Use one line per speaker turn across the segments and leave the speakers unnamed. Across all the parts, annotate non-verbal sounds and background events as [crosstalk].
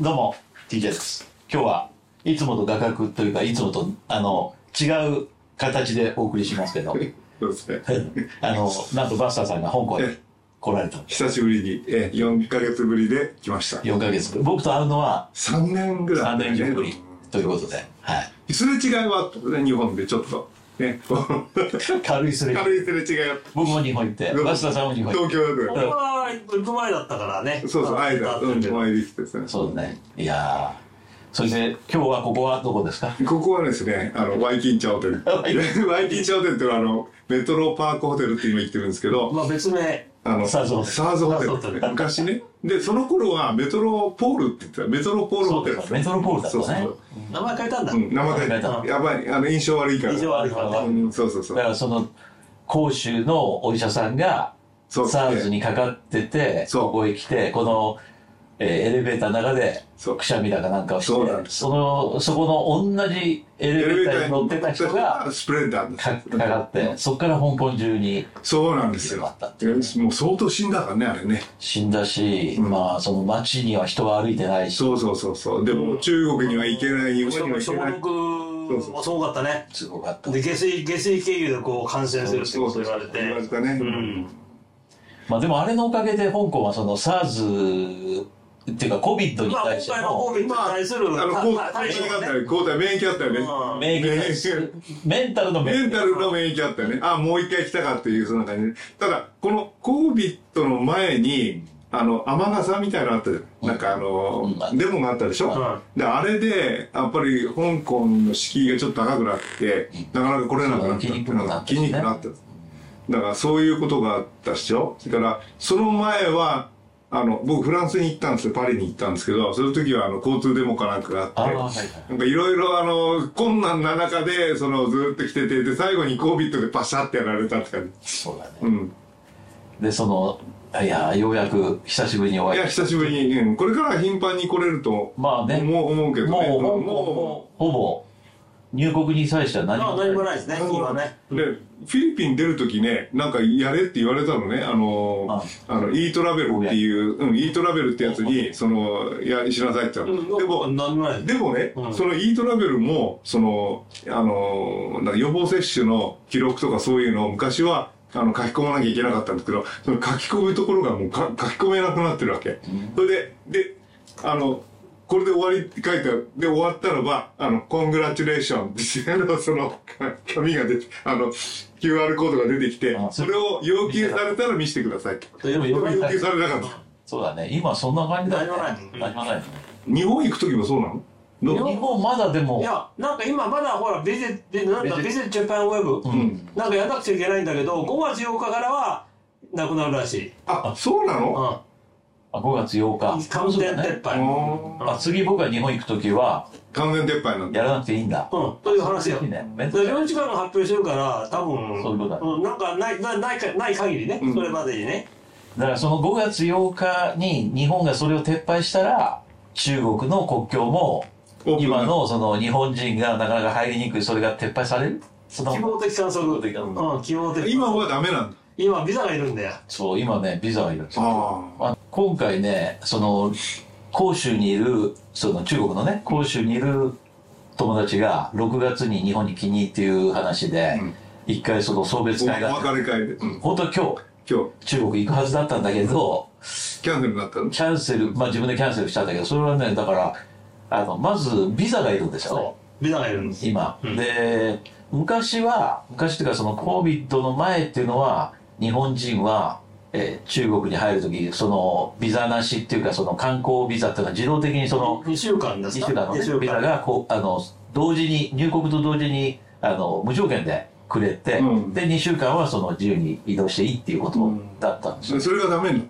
どうも TJ です今日はいつもと画角というかいつもとあの違う形でお送りしますけ
[laughs]
ど
そうですね。
あのなんとバスターさんが香港に来られた
久しぶりに、え、4ヶ月ぶりで来ました。
4ヶ月僕と会うのは
3年ぐらい、
3年以上ぶりということで、はい、
すれ違いはあったね、日本でちょっと。ね、 [laughs] こう
軽いすれ
軽いすれ違いがあっ
僕も日本行って
た
バスターさんも日本行っ
東
て
京だ
僕は行く前だったからね。
と。そうそう、
会
間、うん、お会いできてですね。
そうだねいやーそして今日はここはどこですか
ここはですね、あの、ワイキンチャホテル。 [laughs] ワイキンチャホテルっていうのは、あの、メトロパークホテルって今言ってるんですけど、
まあ別名。
あの、
サーズホテル
ホテル
サーズホテル
昔ね。で、その頃はメトロポールって言ってた、メトロポールホテル
そうだメトロポールだったね
そうそう
名前変えたんだ。
うん、名前
変えた
やばい、あの、印象悪いから。
印象悪いからね
うん、そうそうそう
だ。からその広州のお医者さんが
そう
サーズにかかってて
そう
ここへ来てこの、えーエレベーターの中で
そう
くしゃみだかなんかをして
そうなんです
そのそこの同じエレベーターに乗ってた人が
スプレッダーで
かか
す
かってそこから香港中に
そうなんですよ
よかったっ
もう相当死んだからねあれね
死んだし、
うん
まあその街には人は歩いてないし
そうそうそうそうでも中国には行けない日
しか
本に
も
は行
消
けない
毒もすごかったね。
すごかった
で下水下水経由でこう感染するってこと言われて。
言われたね、
うん。
まあでもあれのおかげで香港はその SARS っていうか COVID に
まあ
対
今
して
回の
の
コビに対する
あの
た
抗体
た対処
があ
が
っ
ね
たり抗体免疫あったよね
うん
免疫対策メンタルの
メ
免
ン
疫
タルの免疫あったよねあもう一回来たかっていうそんな感じでただこの COVID の前にあの雨傘みたいなのあったじゃないなんかあの、
うん
デモがあったでしょ、
うん
であれでやっぱり香港の敷居がちょっと高くなってなかなか来れなくなったっていうの
そ
が
う
来
だね
にくくなっただからそういうことがあったでしょそれからその前はあの僕フランスに行ったんですよパリに行ったんですけどその時はあの交通デモかなんかがあって
あーはいはい
なんかいろいろあの困難な中でそのずーっと来ててで最後に COVID でパシャってやられたって感じ
そうだね
うん
でそのいやようやく久しぶりにお
い
会い
や久しぶりに、うんこれから頻繁に来れると
まあね
思う思うけどね
もう香港
ん
もほぼ入国に際しては何
まあ
も
何もないですね。
あの
今ね。
で、フィリピン出るときね、なんかやれって言われたのね、あのー、あの、イートラベルっていう、うん、イートラベルってやつに、その、や、しなさいって言ったの。でも、
何もないです。
でもね、
うん
そのイートラベルも、その、あのー、なんか予防接種の記録とかそういうのを昔は、あの、書き込まなきゃいけなかったんですけど、その書き込むところがもうか書き込めなくなってるわけ。それで、で、あの、これで終わりって書いてある。で、終わったらば、あの、コングラチュレーションって、あの、その、か紙が出て、あの、QR コードが出てきて
あ、そ
そ
れ
れを要求されたら見せてください。
でも
要
よく
求されなかった。
そうだね今そんな感じだね
何もないうん
何もないね
日本行くときもそうなのどう
日本まだで
い
も
やなんか今まだほらビゼでなんだ
ビ
ビゼジャパンウェブ。
うん
なんかやんなくちゃいけないんだけど、5月8日からはなくなるらしい。
あ、そうなの
うん。
あ5月8日
完全撤
あ
廃。
ー
あ次僕が日本行く時は
完全撤廃なんだ。
やらなくていいんだ
うん、という話よ。
いい
で
ねめんどくさい
領事館が発表してるから、多分
そういうことだ
んなんかないなないかない限りね、
うん
それまでにね。
だからその5月8日に日本がそれを撤廃したら中国の国境も
オープンにな
今
る
のその日本人がなかなか入りにくいそれが撤廃されるその
希望的観測。
的観測
うん、希望的。
今はダメなんだ。
今、ビザがいるんだよ。
そう今ねビザがいるんですよ
ああ。
あ今回ねその広州にいるその中国のね広州にいる友達が6月に日本に来にっていう話で
うん
一回その送別
お
会があって
別れ会で、うん、
本当は今
今
日中国行くはずだったんだけど
日、キャンセルになったの
キャンセルまあ自分でキャンセルしたんだけどそれはねだからあのまずビザがいるんですよね
そう。ビザがいるんです。
今、
うん
で昔は昔っていうかその COVID の前っていうのは日本人は、えー中国に入る時そのビザなしっていうかその観光ビザっていうのは自動的にその
2週間です
2
か
週間の、
二
ね、ビザがこうあの同時に入国と同時にあの無条件でくれて、
うん
で2週間はその自由に移動していいっていうことだったんですよ
そそれがダメなの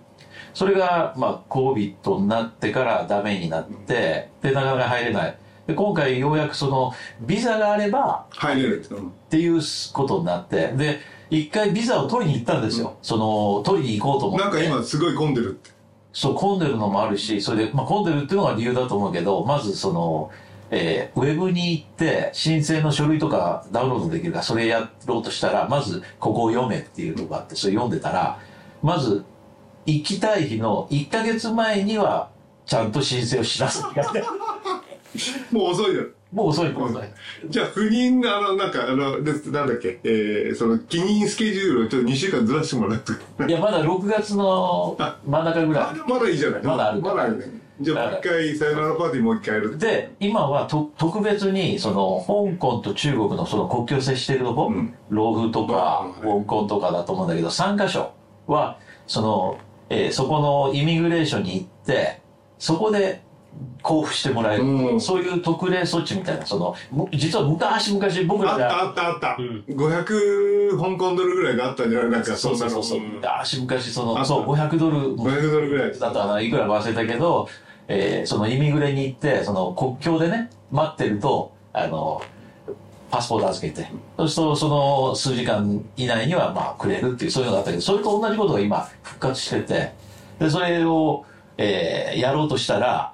それが、まあ、COVID になってからダメになって、で、なかなか入れない。で、今回ようやくその、ビザがあれば、
入れるって、うん
っていうことになって、で、一回ビザを取りに行ったんですよ。その、取りに行こうと思って。
なんか今すごい混んでるって
そう、混んでるのもあるし、それで、まあ、混んでるっていうのが理由だと思うけど、まずその、えーウェブに行って、申請の書類とかダウンロードできるから、それやろうとしたら、まず、ここを読めっていうのがあって、それ読んでたら、まず、行きたい日の1ヶ月前には、ちゃんと申請をしなさい
[laughs] もう遅いよ。
もう遅いもう遅い
じゃあ、不妊の、あの、なんか、あの、でなんだっけ、えー、その、起任スケジュールをちょっと2週間ずらしてもらって。
いやまだ6月の真ん中ぐら
あ
い
まだいいじゃない。
まだある
まだあるね。じゃあ、もう一回、さよならパーティーもう一回やる。
で今はと特別にその香港と中国のその国境を接しているとこ、
うん
老婦とか
まあ
香港とかだと思うんだけど3カ所はその、えーそこのイミグレーションに行ってそこで交付してもらえる、
うん
そういう特例措置みたいなそのむ実は昔々僕
あ
らが
ったあったあった。
うん
500香港ドルぐらいがあったんじゃないなんか、そんなの。
昔昔そ
あっ
の
た
そう500ドル
500ドルぐらい
だったかないくらか忘れたけど、えーそのイミグレに行ってその国境でね待ってるとあのパスポート預けてそうするとその数時間以内にはまあくれるっていうそういうのがあったけどそれと同じことが今復活しててでそれを、えーやろうとしたら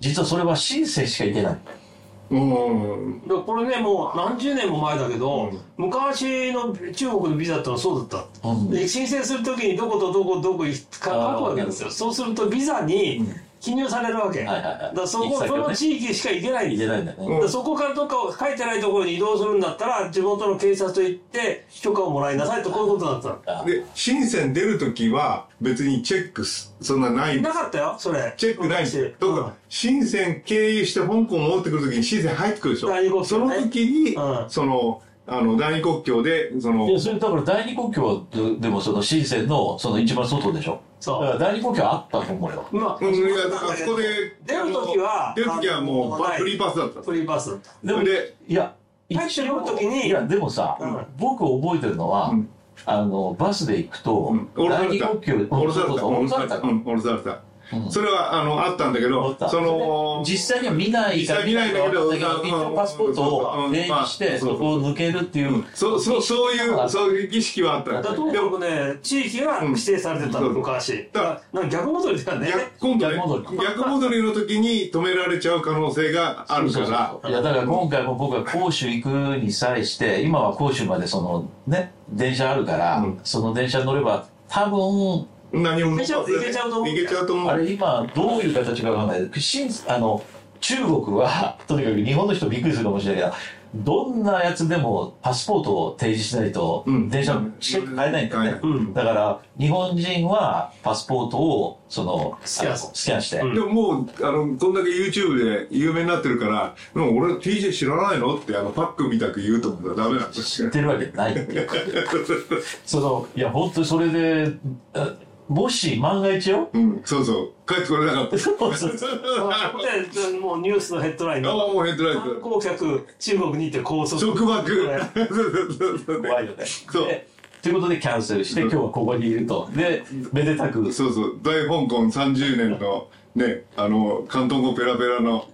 実はそれは申請しかいけない
うん。
だからこれねもう何十年も前だけど、
うん
昔の中国のビザってのはそうだった、
うん
で申請するときにどことどこどこ行くか
あー
書くわけですよそうするとビザに記入されるわけ、
はいはいはい
だからそ
行き
こ、
先を
そ
ね
の地域しか行けないん
い
です
け
よ
ないんだよね、
うん
でそこからどっかを書いてないところに移動するんだったら地元の警察と行って許可をもらいなさいとこういうことだったの
あ
で、深セン出るときは、別にチェックす、そんなない。
なかったよそれ
チェックないし、
昔
とか、深セン経由して香港戻ってくるときに深セン入ってくるでしょ。
第二国
そ
境
の
ね
時に、
うん
その、あの、第二国境で、その
い、やそれだから第二国境ででもその深センのその一番外でしょ
そう
だから第二国境あったと思うよ
うんまあ
うん、いや、
だ
だから
け
そ
ど
こで、
出る時は
あの出る時はも
あ
う
の、
フリーパスだった。
フリーパスだった
でも
で
いや
入ってる時に
いやでもさ、
うん
僕覚えてるのは、
うん
あのバスで行くと、
うん降ろさ
第
れ
二
た。
国境
降ろされ
そうそ
た。
うそう降
降
ろされ
ろされ
た
た。うん、降ろされた。
うん
それは、あの、あったんだけ
降ろ
ど
った、
その、
実際には見ないから
実際見ないんだけど
見ないんだけど
うん
一応パスポート
うん
を
うん
例にして、
まあ
そこを抜けるっていう、
うんそそそういう、そういう儀式はあった。
だとに
で
か
も、
くね、地域が指定されてたの、
うん
昔。
だ
だから逆戻りだね。
逆今度ね
逆戻り
逆戻りの時に止められちゃう可能性がある
そう
か
そうそ
ら
ういやだから今回も僕は杭州行くに際して今は杭州までそのね電車あるから、
うん
その電車乗れば多分
何も
いけちゃういけちゃうと思
い
う
けちゃうと思
あ
う
れ今どういう形かわかんないしんあの中国は [laughs] とにかく日本の人びっくりするかもしれないけどどんなやつでもパスポートを提示しないと
うん
電車のチケット買えないんだよね、
買
うん。
だから日本人はパスポートをその
スキャ
あ
ン
のスキャンして、
うん
でももうあのこんだけ YouTube で有名になってるから「もう俺 TJ 知らないの?」ってあのパックみたく言うと思ったらダメなんです
知
よ
ってるわけないって
[laughs]
いうそのいや本当にそれであもし万が一
[laughs]
よ
うんそうそう帰ってこれなかった
そうそう
あ
で、もうニュースのヘッドライン
あ
の
もうヘッドライ
観
ト
光客、中国に行って高速。
束縛 [laughs]
怖いよね
そう
でということでキャンセルして今日はここにいるとでめでたく
そうそう大香港30年のねあの広東語ペラペラの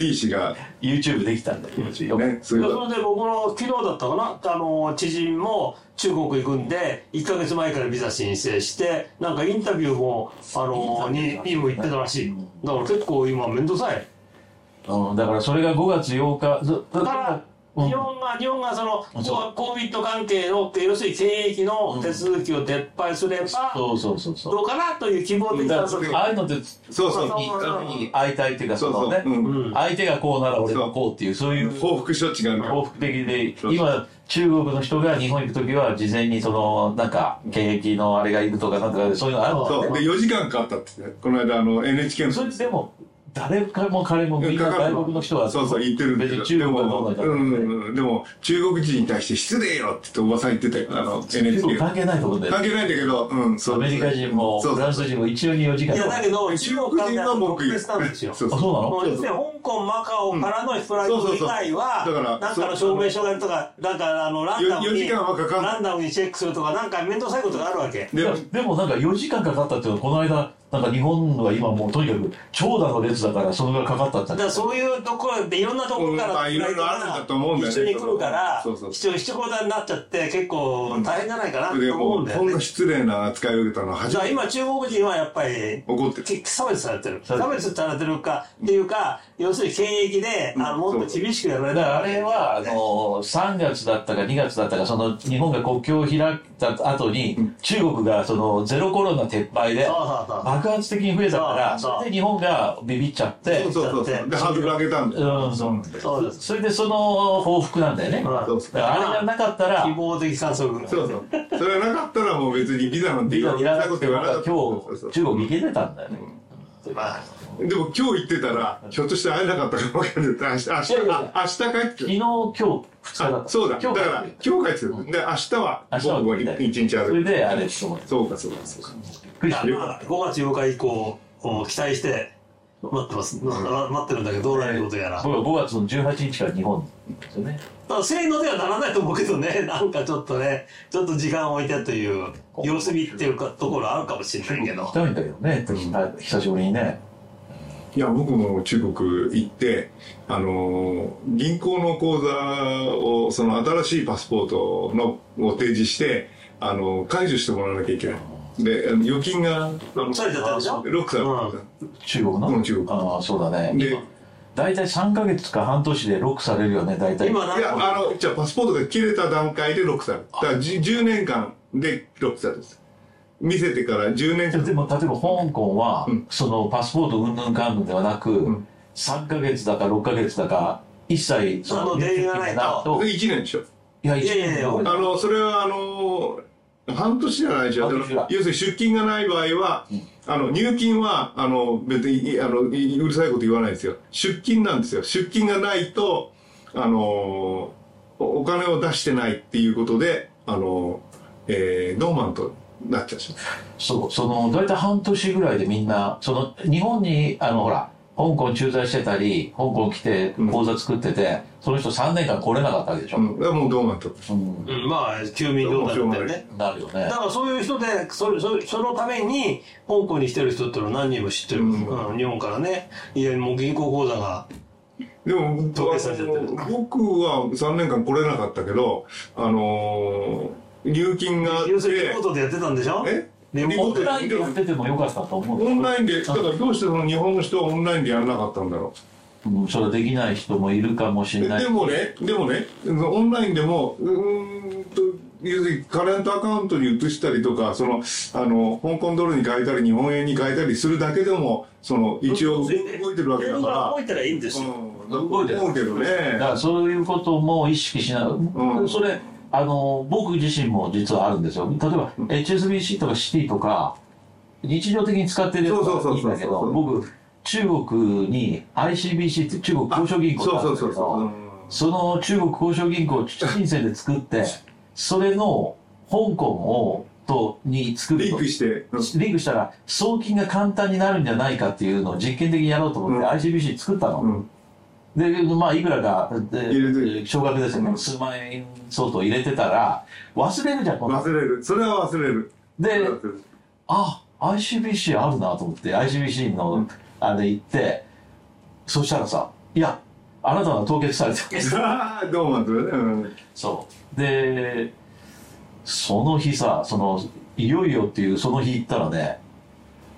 T 氏が
YouTube できたんだよ、
ね
い
そ
や
うい
そうれで僕の昨日だったかなあの知人も中国行くんで1か月前からビザ申請してなんかインタビューもあのににも行ってたらしいだから結構今面倒くさい
うん、だからそれが5月8日ず
だか
う
ら、
ん
日本が、日本がその、
あそう
コビット関係の、要するに検疫の手続きを撤廃すれば、
そうそうそうそう
どうかなという希望的
だ
な、
か
その
らああいうのって
そうそう
にに相対っていうかそ
そ
うの
そう
ね、
うん
うん
相手がこうなら俺もこうっていうそういう
報復処置があるから
報復的で
そう
今中国の人が日本行く時は事前にそのなんか検疫のあれがいるとかなんとかでそういうのある
そ
の
そ
ね
うで4時間かかったってねこの間あの NHK の
それでも誰かも彼もみんな
かかる
外国の人は
そうそう言ってるんだけ
別
ど
に中国はどうなん
で
だ
も,、
ろ
う
う、
んうんうん、でも中国人に対して失礼よって言っておばさん言ってたよあの
中国
NHK
関係ないと思うんだよ
関係ないんだけど、うん、そ
ア
う
メリカ人も
そう
フ
そう
ランス人も一応に4時間
いや、だけど、中
中
国
国
関係
人は文句
特
言う
別なんですよ。
そう
あ
そう
そうなの
もう要するに香港、マカオからのフライト以外は、
うんそうそうそうだから
なんかの証明書がとか、なんかあの、ランダム
よ四
に、
時間はかかんない
ランダムにチェックするとか、なんか面倒くさいことがあるわけ。
い
で
やでもなんか4時間かかったっていうのはこの間なんか日本は今もうとにかく長蛇の列だからそのぐらいかかったんだ
だからそういうところでいろんなところ
う
か
んまあ
ら
いろいろあるんだと思うんだよね
一緒に来るから
そうそう
一緒に一言になっちゃって結構大変じゃないかな
で
と思う
も
ん
う
だ
ほ
よ
んの
ね。
失礼な扱いを受けたのは
じ
初
ゃあ
めて
今中国人はやっぱり
怒ってる
差別されてる
差別
差別されてるかっていうか要するに検疫であの
うん
もっと厳しくやられ
だ
た
かららあれはあの3月だったか2月だったかその日本が国境を開いた後に中国がそのゼロコロナ撤廃で
そうそうそう
バ爆発的に増えたから、
そうそう
それで日本がビビっちゃって
そう、そうそう
だっ
そう。
て
で、ハードル上げたんだよ。
うん
そうなんだよ。
そうです。
それでその報復なんだよね。
うん
そうそう
だからあれがなかったら、
希望的観測。
そうそう。それなかったらもう別にビザなんて
ビザいらな
こ
く
と
て
言
も、
わなか
今日
った。そうそうそ
中国行けてたんだよね。
まあ、
うでも今日行ってたら、ひょっとして会えなかったかもしれない。明日、明日、
いやいや
あ明日帰ってく
昨
る。
日、今日、2日だっ
あ
た。
そうだ。だ
今
か
日
ら、今日帰ってくる。で、明日は
明日は
午後に一日あ
それ
る。
で、あれ、ちょっと
そうか、そうか、そうか。
びっくりしたよ。
まあ5月8日以降、を期待して、待ってます。ま待ってるんだけど、どうなることやら。
僕は5月の18日から日本ですよね。
ただせーのではならないと思うけどね、 [laughs] なんかちょっとね、ちょっと時間を置いてという、様子見っていうか、ところあるかもしれないけ
行
ど
き。たいんだけどね、久しぶりにね。
いや、僕も中国行って、あのー、銀行の口座を、その新しいパスポートのを提示して、あのー、解除してもらわなきゃいけない。で、あの預金が、あの
されちゃったでしょ
ロックされて
中国の、
うん中国
ああ、そうだね。
たで、い
大体3ヶ月か半年でロックされるよね、大体。
今、なん
や、
か、
あの、じゃあパスポートが切れた段階でロックされる。だからじ10年間でロックされる。見せてから10年間。
でも、例えば香港は、
うん
そのパスポートうんぬんかんぬんではなく、
ん
3ヶ月だか6ヶ月だか、一切、
あの出入りがないと
で1年でしょ。
いや、
いやいやいや
一応
あの、それはあの、半年じゃないじゃん。
半
要
年だ
するに出金がない場合は、あの、入金は、あの、別に、いあの、いうるさいこと言わないですよ。出金なんですよ。出金がないと、あの、おお金を出してないっていうことで、あの、えー、ドーマンとなっちゃうし。
そう、その、大体半年ぐらいでみんな、その、日本に、あの、ほら、香港駐在してたり、香港来て
うん
口座作ってて、その人3年間来れなかったわけでしょ。
うん。だからもうドーマンと。
うん
うんまあ、休眠状態だったよね。
なるよね
だ。からそういう人で、それそれそのために、香港に来てる人っていうのは何人も知ってる。
うん
うん日本からね。いや、もう銀行口座が。
でも、僕
凍結されちゃってる
あの僕は3年間来れなかったけど、あの入金があって
要するにリモートでやってたんでしょ
え
リモー
オ
ト
ン
で
ラインでやっててもよかったと思う。
オンラインで、だからどうしてその日本の人はオンラインでやらなかったんだろ
うん、それできない人もいるかもし
う。
れ
で
ない。
でもね、でもね、オンラインでも、うーんと、要するにカレントアカウントに移したりとか、その、あの、香港ドルに変えたり、日本円に変えたりするだけでも、その、一応動いてるわけだか
動いたらいいんで
ら。
すよ。
うん、
動いてる
思うけどね。
だからそういうことも意識しな
うん
それあの僕自身も実はあるんですよ例えば HSBC とかシティとか日常的に使ってるやつ
そ
は
う
いいん
そうそうそう
だけど僕中国に ICBC って中国交渉銀行
そう
があ
そ
るんだけ
うそうそう。う
ど
ん
その中国交渉銀行を深センで作ってそれの香港をとに作る
リン
と
クして、うん
リンクしたら送金が簡単になるんじゃないかっていうのを実験的にやろうと思って
うん
ICBC 作ったの、
うん
で、まあ、いくらか、
入れ
で、少額ですよね。数万円相当入れてたら、忘れるじゃん、この
忘れる。それは忘れる。 [laughs]
で、
忘れる
あ、ICBC あるなと思って、ICBC の、あれ行って、そしたらさ、いや、あなたは凍結されてる
あーどうもそれね。うん
そう。で、その日さ、その、いよいよっていうその日行ったらね、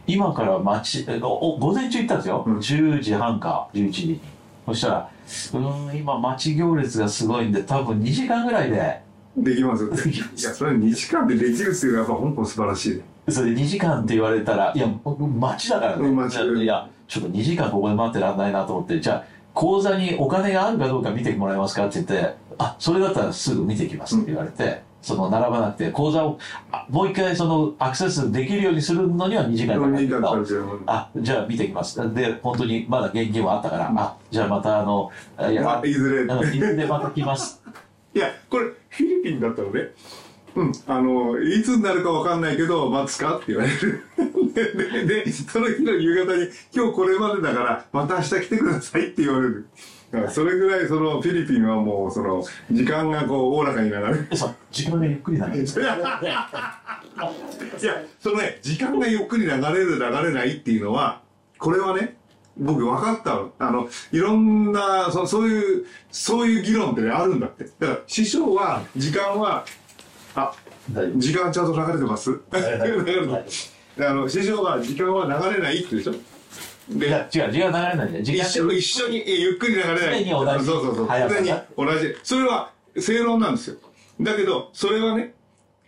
今から待ち、えおお午前中行ったんですよ。
うん
10時半か、11時に。そしたら、うーん、今待ち行列がすごいんで、多分2時間ぐらいで、
でき
[laughs]
ますよって。いや、それ2時間でできるっていうのはやっぱ香港素晴らしいね。
それ2時間って言われたら、いや、僕待ちだからね。
うん待ち
いや、ちょっと2時間ここで待ってらんないなと思って、じゃあ、口座にお金があるかどうか見てもらえますかって言って、あ、それだったらすぐ見てきますって言われて、その、並ばなくて、口座を、あもう一回その、アクセスできるようにするのには2時間かかる
2
け
時間かか
ど
る、けど
あ、じゃあ見てきます。で、本当にまだ現金はあったから、あ、じゃあまたあの、あい
ま
や
あ、、いずれ。
あの、いずれまた来ます。
いや、これ、フィリピンだったのね。うん、あの、いつになるかわかんないけど、待つかって言われる。 [laughs] でで、で、その日の夕方に、今日これまでだから、また明日来てくださいって言われる。だからそれぐらい、その、フィリピンはもう、その、時間がこう、おおらかになる。
そう、時間がゆっくりなの。
いや、そのね、時間がゆっくり流れる、流れないっていうのは、これはね、僕分かったの。あの、いろんな、そそういう、そういう議論ってね、あるんだって。だから、師匠は、時間は、あ、
大丈夫
時間ちゃんと流れてます流れてます [laughs] あの、師匠は、時間は流れないって言うでしょ
い
で
や、、違う、時間流れないじゃん。時
一
間
緒一緒にえゆっくり流れない
常に同じ
そうそうそう
速さ
常に
が
同じそれは正論なんですよだけどそれはね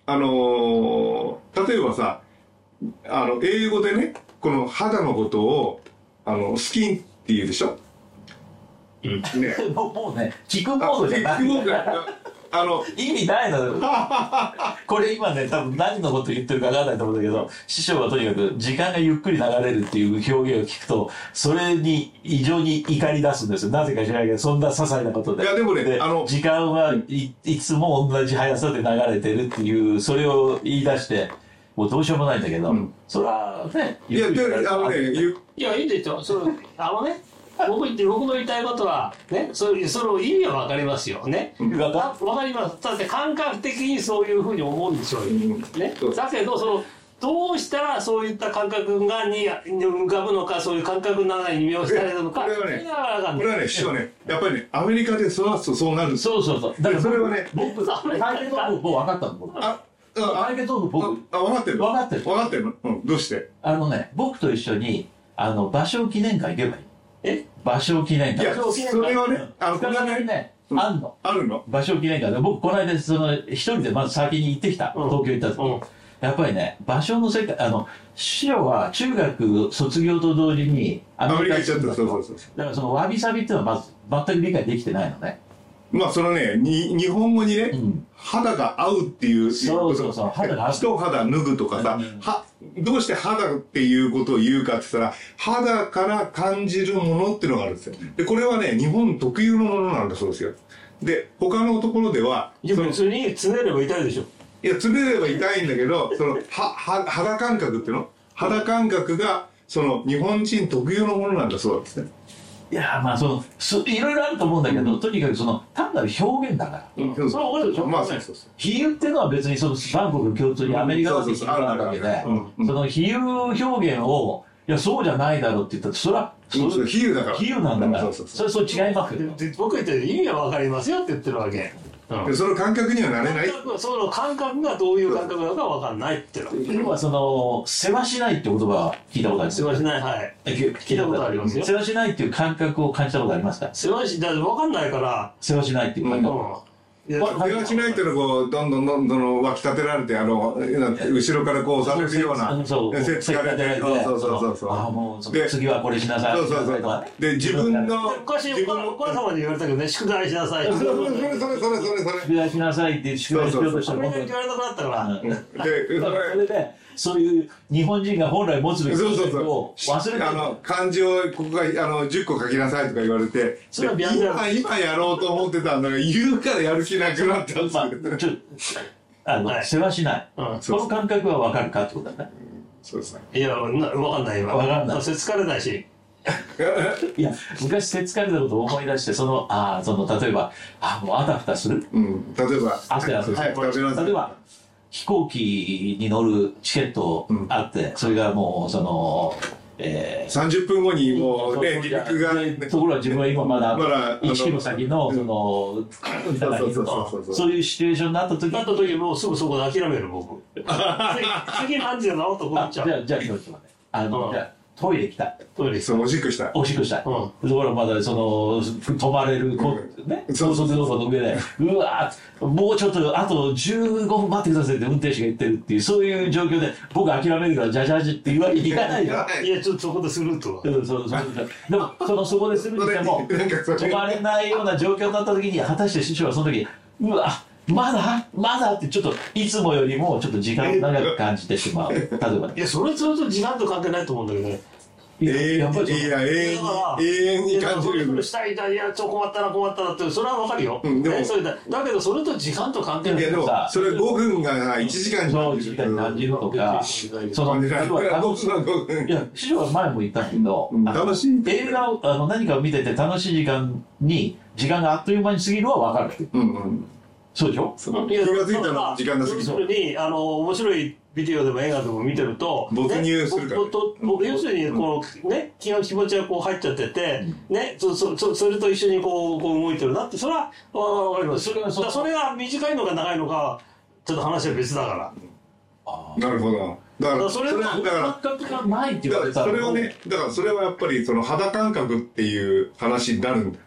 あのー例えばさあの英語でねこの肌のことを、あの、スキンって言うでしょ
うん
ね。
もうもうね、聞く
あ
モードじゃな
聞くもん
い。
かあの、
意味ないのこれ今ね、多分何のこと言ってるかわかんないと思うんだけど、師匠はとにかく時間がゆっくり流れるっていう表現を聞くと、それに異常に怒り出すんですよ。なぜか知らないけど、そんな些細なことで。
いやでもねあの
時間はいいつも同じ速さで流れてるっていう、それを言い出して、もうどうしようもないんだけど、
うん
それはね、
い
ゆっ
や、
くり流れ
で、
て
あのね、ゆ
いや、いいんですよ。その、あ
[laughs]
のね、僕言って、僕の言いたいことは、ね、そういう、その意味はわかりますよ。ね。
わか
あわかります。だって感覚的にそういうふうに思うんでしょうよ。ね
そう。
だけど、その、どうしたらそういった感覚がにに浮かぶのか、そういう感覚の中に魅了されるのか、
これはね
そがわかん
これ
ない
はね、師匠はね、やっぱりね、アメリカで育つとそうなるんですよ。
そうそうそう。だから
それはね、
僕、
それ
相手トークもう分かったの、僕。
あ、あ、
相手トーク僕、
あ、分かってる。
分かってる
分かってる。うん、どうして
あのね、僕と一緒に、あの、芭蕉記念館行けばいい。
え
芭蕉記念
い
館。
や、それはね、あの、こ
こ
れは
れ
ね、
ね、
うん
あんの。
あるの
芭蕉記念館で、僕、この間、その、一人でまず先に行ってきた。
うん
東京行った
うん
時。やっぱりね、芭蕉の世界、あの、師匠は中学卒業と同時にア
アメリカ行っ
に
ちゃ
住
っ
んだの
た。そうそうそう。
だからそのわびさびっていうのはまず全く理解できてないのね。
まあ、そのね、に、日本語にね、
うん
肌が合うっていう。
そうそうそう肌が合う
人肌脱ぐとかさ、
うん
は、どうして肌っていうことを言うかって言ったら、肌から感じるものっていうのがあるんですよ。で、これはね、日本特有のものなんだそうですよ。で、他のところでは、
いや
その
別につねれば痛いでしょ。
いや、つれれば痛いんだ
[laughs]
けど、その、は、は、肌感覚っていうの肌感覚が、その、日本人特有のものなんだそうですね。
いやーまあそのす、いろいろあると思うんだけど、とにかくその単なる表現だから。
うん
それは俺でしょ
まあ、そうそうそう。
比喩っていうのは別にそのバンコク共通にアメリカだって比喩があるわけで、
うん
その比喩表現を、いや、そうじゃないだろうって言ったら、それは、
そうそう、比喩だから。
比喩なんだから、
う
そ
そう
れ
そうそう。
それ違いますよ。
でで僕言って意味はわかりますよって言ってるわけ。うん
で、その感覚にはなれな
感
い。
覚その感覚がどういう感覚なのかわかんないっていうの。
要はその、世話しないって言葉は聞いたことありますす
いません、はい。
聞
いたことありますよ
世話しないっていう感覚を感じたことありますか
世話し、だって分かんないから、
世話しないっていう
う
感
ん。
覚。
いや
わ
電話しないっていうのがこう、どんどんどんどん湧き立てられて、あの、なんて後ろからこう、されるような、
そう、
せつかれて、そうそうそうそう。
ああ、もう、そ
で
の次はこれしなさい。
そうそう
これしな
そ
さい。
うで、自分の、
昔
自分
お母
の
お、母様に言われたけどね、宿題しなさ
そ
い。
れそれそれそれそれそれ。
宿題しなさいって宿題しようとした
そ
ら、
れ
今
が
度
言われなくなったから、
うん
で、そ
だからそ
れ
れで、そういう日本人が本来持つべき
そうそう
感
そ
覚を
う。
忘れてる
あの、漢字を、ここが、あの、10個書きなさいとか言われて、
それはビアンダ
今、今やろうと思ってたんだが、言うからやる気なくなったんですよ
まあ、ちょっと、あの、
はい
世話しない。
うん
その感覚はわかるかってことだね。
そうですね。
いや、な分かんない、今。
わかんない
それ疲れないし。
いや、昔、手つかれたことを思い出して、その、ああ、その、例えば、ああ、もうあたふたする。
うん。例えば、
汗汗
はい、食べなさい
例えば、飛行機に乗るチケットあって、それがもう、その、えー
30分後にもうね、離陸が、ね、
ところが自分は今まだ
まだあの
1キロ先のその
そうそうそうそうそう
そういうシチュエーションになった時
な
に
った時もうすぐそこで諦め
[laughs]
る、僕。次次何時だなと思
あ
っ
じ
ちゃ
ゃあじ
う。
ゃあ今日とかねあの、
うん
じゃあトイレ行きたい
トイレ行く
そう、おしっこした。
おしっこしたい、
う
ところがまだその泊まれるこ、
うん
ね
そ
高
うそう
速道路の上でうわーもうちょっとあと15分待ってくださいって運転手が言ってるっていうそういう状況で僕諦めるからじゃじゃじって言うわけにいかないよ
はい
いや、ちょっとそこでスルーとは。
うんそうそうそうでもそのそこでするにしても
なんかそれ
止まれないような状況になった時に果たして師匠はその時うわまだまだってちょっといつもよりもちょっと時間を長く感じてしまう例えばね
いや、それそれと時間と関係ないと思うんだけどね。
いや
永
や
遠
っぱり
に、い
その
や、永遠に、永遠に感じ
いやそれ
る。
したい痛いいやちょっと困ったな困ったなってそれはわかるよ、
うんでも
ねそれだだけどそれと時間と関係ないい
や、でも、それ5分が1時間に
そ
感
う
じ
時
る。
間に感じるとかその
感じ
例え
ない。
ば楽し
僕の5分
い。や師匠は前も言ったんだけど、
うん
あの
楽しい
映画をあの何かを見てて楽しい時間に時間があっという間に過ぎるのは分かる
うんうん。
そうでしょ
その気がついたら時間が過ぎ
要
そ
す
う。
るにあの面白いビデオでも映画でも見てると
没入するから
ねぼぼぼ要するにこう、ね気の気持ちがこう入っちゃってて、ねそそそそれと一緒にこうこう動いてるなってそれはあーわかりますそれ
そう
だそれが短いのか長いのかちょっと話は別だから
なるほど。だか、
だから
そ
らそ
れ
れ
は、
は
だから、
感覚がないって
だ
言わ
か
れた
ら
ら
それはね、だからそれはやっぱりその肌感覚っていう話になるんだ。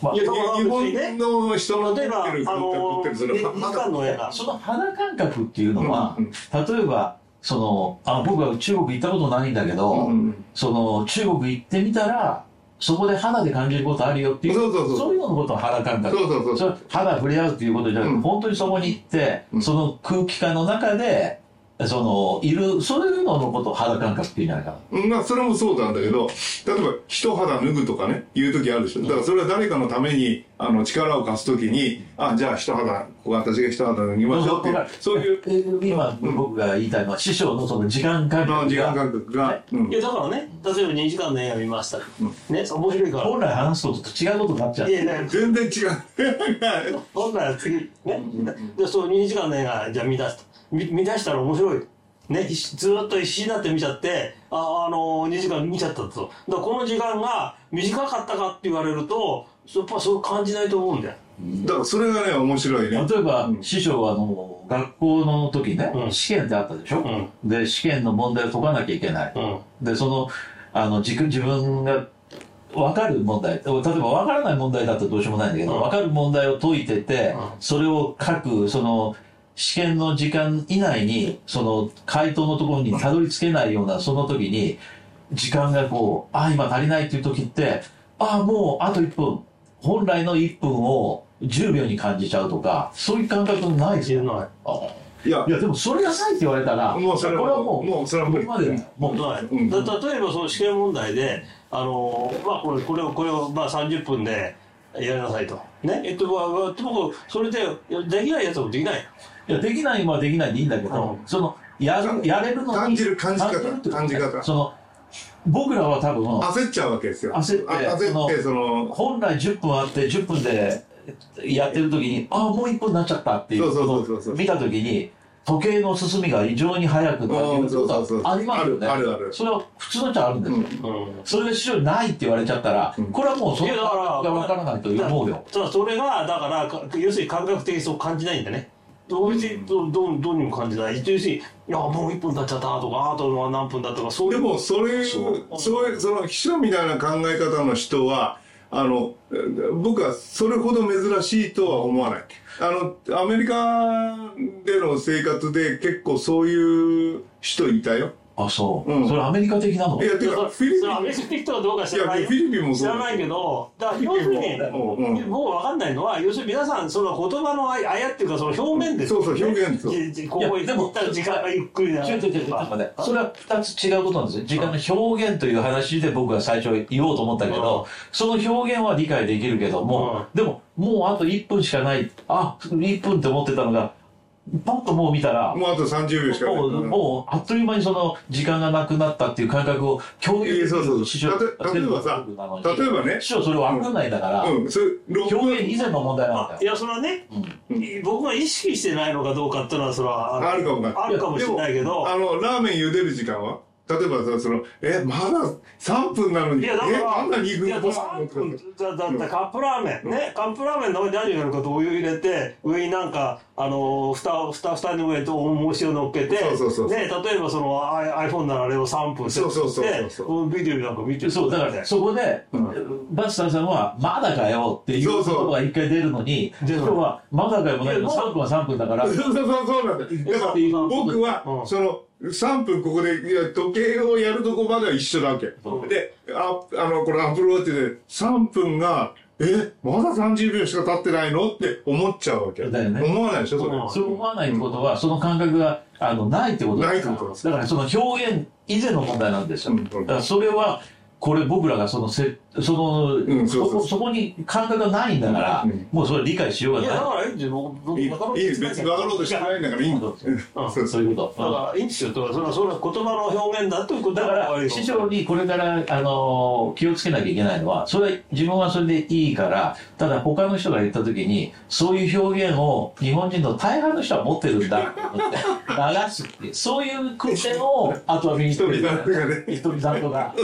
まあ
いや
日
だから
本の人の持
例えば
って
あ
る感覚
の
ってそれは
2巻の映画
その肌感覚っていうのは、
うん
例えばそのあ僕は中国行ったことないんだけど、
うん
その中国行ってみたらそこで肌で感じることあるよっていう
そうそうそう
いうようなことを肌感
そう
覚
そうそう
それは肌触れ合うっていうことじゃなくて、
うん
本当にそこに行って、
うん
その空気感の中でそのいるそういうののことを肌感覚っていうんじゃないかな
まあ、それもそうなんだけど、例えば、一肌脱ぐとかね、言う時あるでしょ。だから、それは誰かのために、あの、力を貸す時に、あ、じゃあ、一肌、ここ私が一肌脱ぎましょうっていう、そういう、
え今僕が言いたいのは師匠のその時間感
あの、
覚
時間
が
感覚が、うん
いや、だからね、例えば2時間の映画見ました。ね、面白いか
本来話すことと違うことになっちゃ
ら。
う
いやいや、
全然違う。 [laughs]
本来は次、ね。で、そう、2時間の映画、じゃあ見出した。見見出したら面白い。ね、ひしずーっと必死になって見ちゃって、あ、あのー、2時間見ちゃったと。だからこの時間が短かったかって言われると、やっぱそう感じないと思うんだよ。
だから、それがね、面白いね。
例えば、
うん
師匠はあの学校の時ね、
うん
試験ってあったでしょ、
う
で試験の問題を解かなきゃいけない、
うん。
でそのあの自自分が分かる問題例えば分からない問題だったらどうしようもないんだけど、
うん
分かる問題を解いてて、
うん
それを書くその試験の時間以内にその回答のところにたどり着けないようなその時に時間がこうあ今足りないっていう時ってあもうあと1分本来の1分を10秒に感じちゃうとかそういう感覚ないです
知ら
よ
ない。
あ
いや
い、やでもそれがないって言われたら
もうそれ
これはもう
もうそれは
こ
無
こま
理
でだよもう
はい
うん
だ例えばその試験問題で、あのーまあ、これこれをこれを、まあ、30分でやりなさいと、ねえっとまあまあ、でもそれでできないやつもできない、
いや、できないのはできないでいいんだけど、
うん
その、やる、やれるのに。
感じる感じ方
るってこと
感じ方
その、僕らは多分、
焦っちゃうわけですよ。
焦って
あ焦って、その、
本来10分あって、10分でやってる時に、ああ、もう1分になっちゃったっていう
そうそうそうそう
見た時に、時計の進みが異常に速くなるっていうこ
うんそうそう
と
そう
はありますよね。
あるあるある
それは普通の人はあるんですよ。
うん
うん、
それが師匠にないって言われちゃったら、これはもうそれ
いやだから
が分からないと思うよ。
ただそれがだからか要するに感覚的にそう感じないんだねどうしてどうどうどうにも感じない要するにいやもう1分経っちゃったとかあと何分だとかそうい
で
う
もそれ
そう
そういうその秘書みたいな考え方の人はあのえー僕はそれほど珍しいとは思わないあのアメリカでの生活で結構そういう人いたよ
あ、そう、
うん
それアメリカ的なの
いやて
いや
か
そ
フィリ
それアメ
ピ
リカの人はどうか知らな
い
いよ
やフィリピンも
知
そう
らないけどだから要するに
もうんうん
もう分かんないのは要するに皆さんその言葉のあやあやっていうかその表面
ン
です
そうそう表現そう
じじここ
いやで
行
も
ったら時間がゆっくりだ
違う違う違う違うちょっと待ってそれは2つ違うことなんですよ時間の表現という話で僕は最初言おうと思ったけど、その表現は理解できるけども、でももうあと1分しかないあ1分って思ってたのがパッともう見たら
もうあと30秒しかない
もう
うん
もうあっという間にその時間がなくなったっていう感覚を共
い
有
やそうそう
師
そ
匠
うたと例えばさ
なのに
例えばね
師匠それ分かんないんだから、
うんそれ録画
表現以前の問題なんだ
あ
よ
いやそれはね、僕が意識してないのかどうかっていうのはそれは
あるかも
あるかもしれないけど
あのラーメン茹でる時間は例えばさそのえまだ3分なのに
いやだか
えあんな
ら
に行く
いやだ3分だだってカップラーメンねカップラーメンの上に何をやるかとお湯入れて上になんかあの蓋を蓋蓋の上にと重しを乗っけて
そうそうそう
ね例えばそのアイ iPhone ならあれを3分
そうそうそうそう
設定してビデオなんか見てる
そう、だから、そこで、バスターさんは、まだかよっていう
そ
こ
うそう
とが一回出るのに、
出る
今日は、まだかよもないけど、
いや
3分は3分だから、
そうそうそうそうなんだ。だから僕
う
は
ん
その3分ここでいや時計をやるとこまでは一緒だわけ。
うん
で、ああのこれアップルウォッチで3分がえまだ30秒しか経ってないのって思っちゃうわけ。
だよね
思わないでしょそれ。
うん
そう思わないってことは、その感覚が、あの、ないってこと
ないって
だ
ことです
だから、その表現以前の問題なんですよ。
うんうん
だから、それは、これ僕らがそのせ、その、
んそうそう
こそこに感覚がないんだから、
うん
もうそれ理解しようが
いやだ
な
からいいんですよ僕僕
いい
分かろうと
いい
して
別
ない
に分かろうとしてないんだからいいんだ。
うん
そう
い。
そ
そうういうこと。
だからいいんですよとそれはそれは言葉の表現だということ
だから、師匠にこれから、あのー気をつけなきゃいけないのは、それは、自分はそれでいいから、ただ他の人が言った時に、そういう表現を日本人の大半の人は持ってるんだって思って、流すっていう、そういう訓練を、あとは身につけ
一人
て
だけがね
一人さんとか。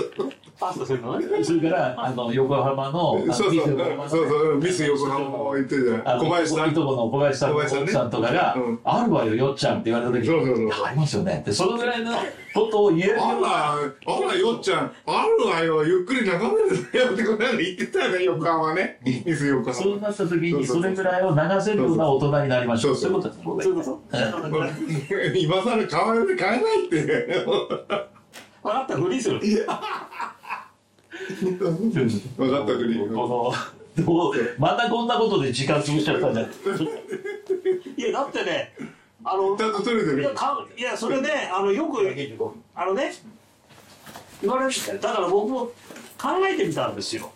あったそういうのね。
それから、あの、横浜の、あの
そう
ミ
そう、
ス
う
横浜
ん
の
そうそう、ミス横浜も言ってるじゃ
あ
ない。
の
小林さん。
いとこの小林さんの
小林さんね
奥さんとかが、
うん
あるわよ、よっちゃんって言われた時
そうそうそう
ありますよねって、そのぐらいのことを言えるよ
あ
うな、
ら、あら、よっちゃん、あるわよ、ゆっくり眺めるよってこの間言ってたよね、横浜ね。ミス横浜。
そうなった時に、
そうそうそう
それぐらいを流せるような大人になりましょう。
そ
そううい
そ
ううことです僕が
そう
言
い
っ
う
た。
こと
今さら買わない買えない
[laughs]
って。
あなたフリーする。
分かったふり。
このどうまたこんなことで時間潰しちゃったんじゃない
いや、だってね、あの
ち、ゃんと取れて
いや、
る。
かいやそれね、あの、よく、あのね、言われる、だから僕も考えてみたんですよ。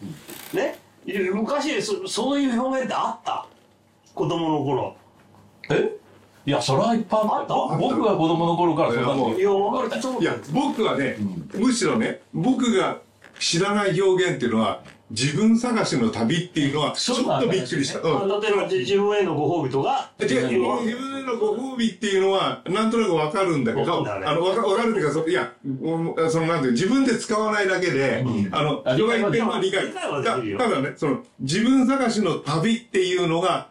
ね、いや昔そ、そういう表現ってあった子供の頃。
えいやそれはいっぱいあった僕が子供の頃からそんなこと
いや、わかる、ちょっ
いや、僕はね、むしろね、僕が知らない表現っていうのは、自分探しの旅っていうのは、ちょっとびっくりした。うん
と、例えばじ自分へのご褒美とか、
違う自分へのご褒美っていうのは、なんとなくわかるんだけ
わ
ど、
かる
あの、わかわかるっていうか、そいや、おその、なんていう、自分で使わないだけで、あの、
あ
人が言ってるのは理
理
解
解
だ
は
た
できるよ
だね、その、自分探しの旅っていうのが、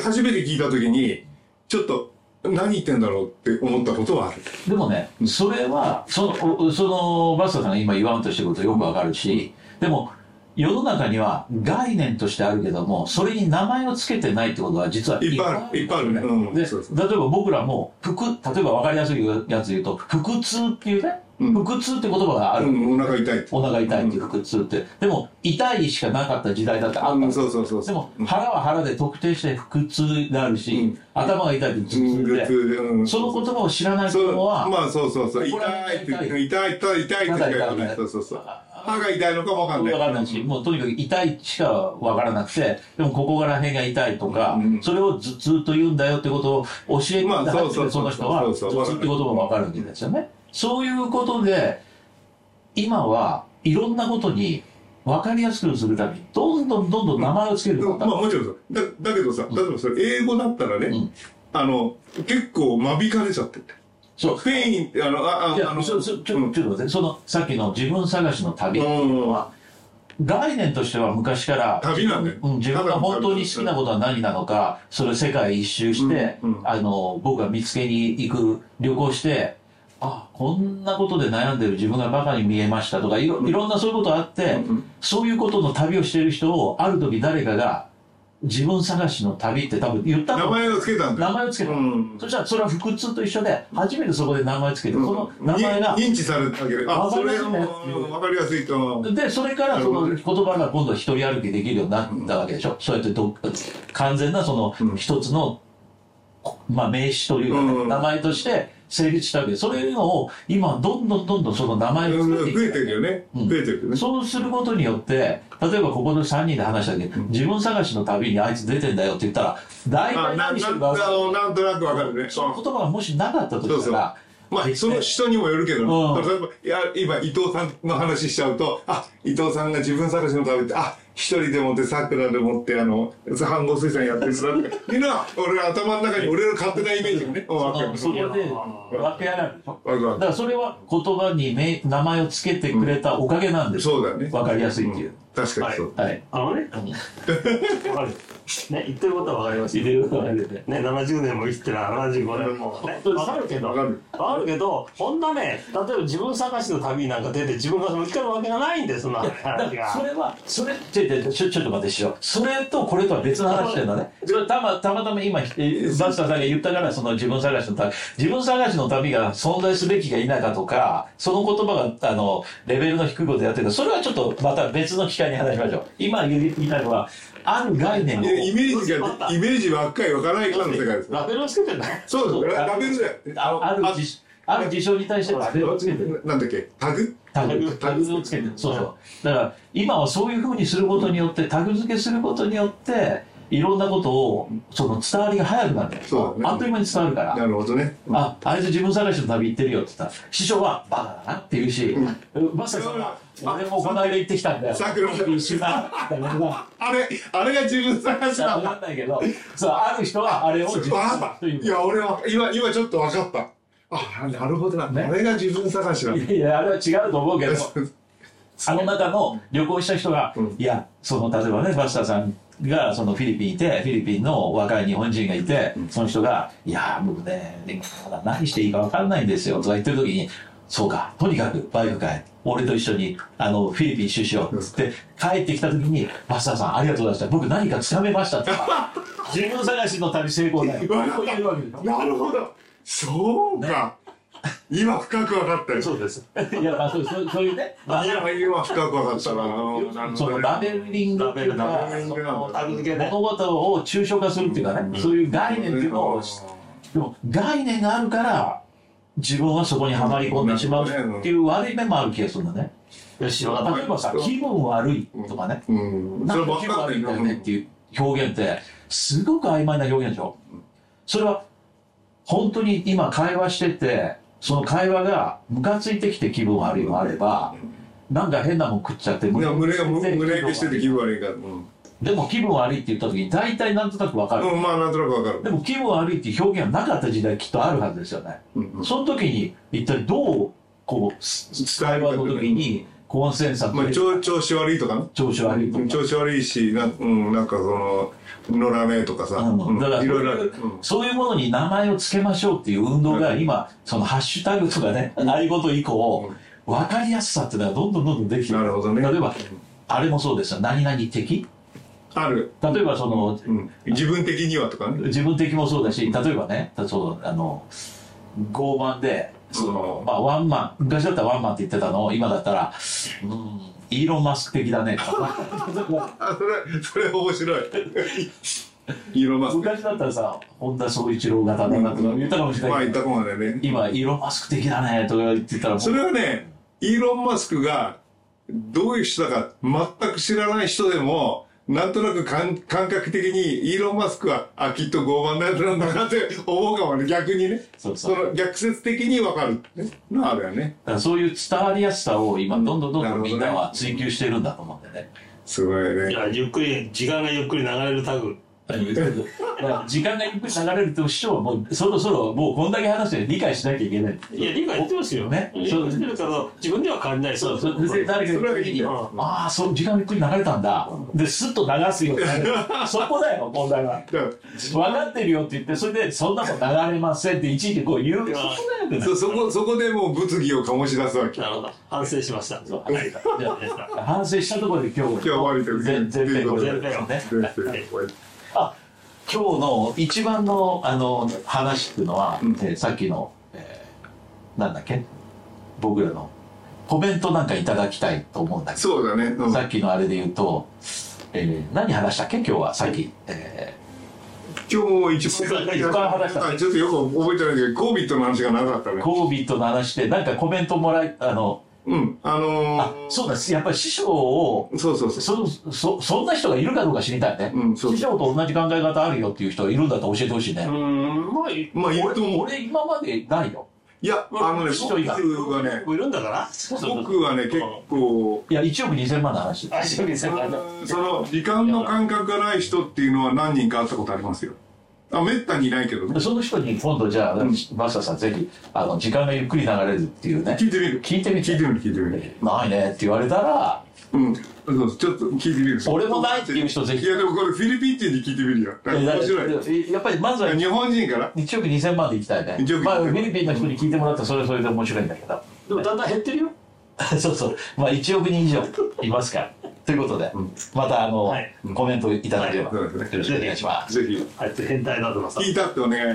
初めて聞いたときに、ちょっと、何言ってんだろうって思ったことはある。
でもねそれはそのおそのバスターさんが今言わんとしてることよくわかるしでも世の中には概念としてあるけどもそれに名前を付けてないってことは実はい
っぱいある、いっぱいあるね。うん。
で、
そうそう
例えば僕らも、腹、例えば分かりやすいやつ言うと、腹痛っていうね、
うん
腹痛って言葉がある。
うん、お腹痛いって。
お腹痛いっていう腹痛って。でも、痛いしかなかった時代だってあった
うんん
です
そうそうそう。
でも
うん、
腹は腹で特定して腹痛があるし、
うん
頭が痛いと頭痛
頭
で、
痛でうん
その言葉を知らない子
そう
供は、
まあそうそうそう
ここら
痛いって
辺が
痛い痛い痛い痛いって
まだ痛い
言うねそうそうそう歯が痛いのかもわかん
分
ない
からないし、もうとにかく痛いしか分からなくて、でもここら辺が痛いとか、
うん
それを頭痛と言うんだよってことを教えて
まあ
だ
そうそう
その人は、
そ
頭
うそう
痛っ
そう
て言葉も分かるんですよね。そういうことで、今はいろんなことに分かりやすくするために、どんどんどんどん名前をつける
で
よう
も
にな
ま
っ
あ
た
もちろんそうだだけどさ例えばそれ英語だったらね、
ん
あの結構間引かれちゃってて
そう
スペインってあのあ
い
ああ
や、
の
そそちょ
うん
ちょっと待って、そのさっきの自分探しの旅っていうのは、概念としては昔から、
旅なんだよ
うん、自分が本当に好きなことは何なのか、それ世界一周して、
うんうん
あの、僕が見つけに行く、旅行して、あ、こんなことで悩んでる自分がバカに見えましたとか、いろいろんなそういうことあって、
うん
そういうことの旅をしている人を、ある時誰かが、自分探しの旅って多分言った
名
の
前を付けたんだよ
名前をつけた。
うん
そしたら、それは腹痛と一緒で、初めてそこで名前つけて、その名前が、
認知されたけどあ
わか
そ
りや
れ
すい
も
ね
うんわかりやすいと
で、それからその言葉が今度は一人歩きできるようになったわけでしょ。そうやってどっ完全なその一つの、こまあ名詞というかね、
うん
名前として成立したわけで、そういうのを今どんどんどんどんその名前を
うん
作っていく
増えてるよね
うん
増えてるよね
そうすることによって、例えばここの3人で話したけど、自分探しの旅にあいつ出てんだよって言ったら、大
あ
体
な
何して
な
るか分か
あ
る
のなんとなくわかるね
その
うん
言葉がもしなかったとしたら、
まあ、その人にもよるけど、
うん
例えばいや、今、伊藤さんの話しちゃうと、あ、伊藤さんが自分探しの旅って、あ、一人でもって、桜でもって、あの、飯合水産やってる人だって、 [laughs] いうのは、俺の頭の中に、俺の勝手なイメージがね、わか
そ
る
の。そこで分けられるでしょだからそれは言葉にめ名前をつけてくれたおかげなんです、
そうだね。
わかりやすいっていう、
うん確かにそう。
はい
あのね、わかる。ね、言ってることはわかりますよ。
入れるのが出て
ね、70年も生きてる75年も、ね、わかるけど
わかる
わかるけどこんなね例えば自分探しの旅なんか出て自分がその生きてるわけがないんですそんな話
そ
が
れはそれちょちょちょちょっと待ってしよそれとこれとは別の話だよねそれたまたまたま今えーバスターさんが言ったからその自分探しの旅自分探しの旅が存在すべきか否かとかその言葉があのレベルの低いことやってるけどそれはちょっとまた別の機会に話しましょう今言いたいのはある概念を
いやイメージが、イメージばっかりわからないからの世界です。
ラベルをつけてない
そうです。ラベルだよ。
あある事ある事象に対してラベルをつけてる
なんだっけタグ
タグタグをつけてるそうそうだから今はそういうふうにすることによってタグ付けすることによっていろんなことをその伝わりが早くなるんだよ
そうだね
あっという間に伝わるから
なるほどね。
ああいつ自分探しの旅行ってるよって言ったら師匠はバカだなって言うし、まさかさんは俺もこの間行ってきたんだよ
桜
一緒だだからま
あれ、あれが自分探し
あ
だ
分。かんないけどそうある人はあれを自分
わ
探
か
しと
った。
いう
いや、俺は、今、今ちょっとわかった。あ、なるほどな。
ね
あれが自分探しだ。
いやいやあれは違うと思うけどあの中の旅行した人が、
うん
いや、その、例えばね、バスターさんが、そのフィリピンいて、フィリピンの若い日本人がいて、その人が、いや、僕ね、まだ何していいか分かんないんですよ、とか言ってる時に、そうか、とにかくバイク買え。俺と一緒に、あの、フィリピン一周しよう。つって、帰ってきた時に、バスターさん、ありがとうございました。僕何か掴めました。とか [laughs] 自分探しの旅成功だよ。こう [laughs] いうわけでしょ
なるほどそうか、今深く分かったよ
そうです。
いや、まあ、そうそうそういうね、まあ、
今深く分かったなあのなる
そ
ほ
の
どね
ラベリングっていうか
ラベリングなんだ
その
タグ付けね
物事を抽象化するっていうかね、そういう概念っていうのを、でも概念があるから、自分はそこにはまり込んでしまうっていう悪い面もある気がするんだね。
よし、わかった。
例えばさ、気分悪いとかね、
うん
な
それ
んか
分
気分
かった
悪いんだよ
よ
ねっていう表現って、すごく曖昧な表現でしょ。それは、本当に今会話してて、その会話がムカついてきて気分悪いもあれば、なんか変なもん食っちゃって、
いや胸が胸胸
が
焼けしてて気分悪いからうん
でも気分悪いって言った時に大体なんとなくわかる、
うんまあなんとなく分かる
でも気分悪いっていう表現はなかった時代きっとあるはずですよね、
うんうん
その時に一体どうこうす
伝
会
えるか
話
と
の
いうか
時にコンセンサス
まあ
で
調調子悪いとかな
調子悪いとか、
調子悪いしな,、うん、なんかその乗らねえとかさ、
うんだから
いろいろある、
そういうものに名前をつけましょうっていう運動が今そのハッシュタグとかね合事以降分かりやすさっていうのがどんどんどんどんでき
う
て
んなるほどね
例えばあれもそうですよ何々的
ある、
例えばその、
うん、自分的にはとかね
自分的もそうだし例えばねそうあの傲慢でその、
うん
まあ、ワンマン昔だったらワンマンって言ってたのを今だったらうんイーロン・マスク的だねと [laughs] か
あそれそれ面白
[laughs]
いイーロンマスク
昔だったらさ本田宗一郎型だなとか言ったかもしれ
まあ
ない
言っ
けど、
たかもね
今イーロン・マスク的だねとか言ってたらもう
それはねイーロン・マスクがどういう人だか全く知らない人でもなんとなく感感覚的にイーロン・マスクはあきっと傲慢なやつなんだなって思うかもね逆にね
そうそう
その逆説的に分かるってねのあるよね
だからそういう伝わりやすさを今どんどんどん
な
ど
る
ん
ほど
み
ね
んなは追求してるんだと思うんだよね。
すごい
い
ね
や、ゆっくり、時間がゆっくり流れるタグ。
だから時間がゆっくり流れると師匠はもうそろそろもうこんだけ話して理解しなきゃいけない。
いや、理解してますよ。
ね
理解してるから、自分では感じない。
そうそうで誰か
それ
が
はい
言
い
に
んだ
あ
よ
あーそう時間ゆっくり流れたんだでスッと流すようになるそこだよ問題は
だから
分かってるよって言ってそれでそんなもん流れませんっていちいちこう言うそこだよね
そそこそこでもう物議を醸し出すわけ
なるほど。反省しました。
そうはいじゃあ反省したところで今日
今日終わりという
全全編これ
全編を
ね
で
あ今日の一番のあの話っていうのは、えーさっきの、えーなんだっけ僕らのコメントなんかいただきたいと思うんだけど
そうだね、うん
さっきのあれで言うと、えー何話したっけ今日はさっき、え
今日も一番
一番話した
あちょっとよく覚えてないけどコービットの話が長かった
ー、
ね
COVID の話でなんかコメントもらいあの
うんあの
あ
ー、
そうだやっぱり師匠を
そうそうそう
そそそんな人がいるかどうか知りたいね、
うんそうそう
師匠と同じ考え方あるよっていう人がいるんだったら教えてほしいね、
[laughs] うーん、まあ、い
まあいると思う
俺今までないよ
いやあのね
一緒以外
僕はね
るんだから。そうそう
僕はね結構
いや1億2000万の話
あ、しおりさんが
その時間の感覚がない人っていうのは何人か会ったことありますよあめったにいないけどね
その人に今度じゃあ、
ん
マスターさんぜひあの時間がゆっくり流れるっていうね
聞いてみる
聞いてみて
聞いてみる聞いてみる
ないねって言われたら
うんそうそうちょっと聞いてみる
俺もないっていう人ぜひ
いやでもこれフィリピン人に聞いてみるよ
えだ
面白い
やっぱりまずは
日本人から
1億2000万で行きたいね
1億2000万
まあ、フィリピンの人に聞いてもらったらそれはそれで面白いんだけど
でもだんだん減ってるよ。
[laughs] そうそうまあ1億人以上いますからということで、またあの、
はい
コメントいただければ、
はいそう
よ
ですね
ろしくお願いします
ぜひ
あいつ変態だとかさ。
聞いたってお願い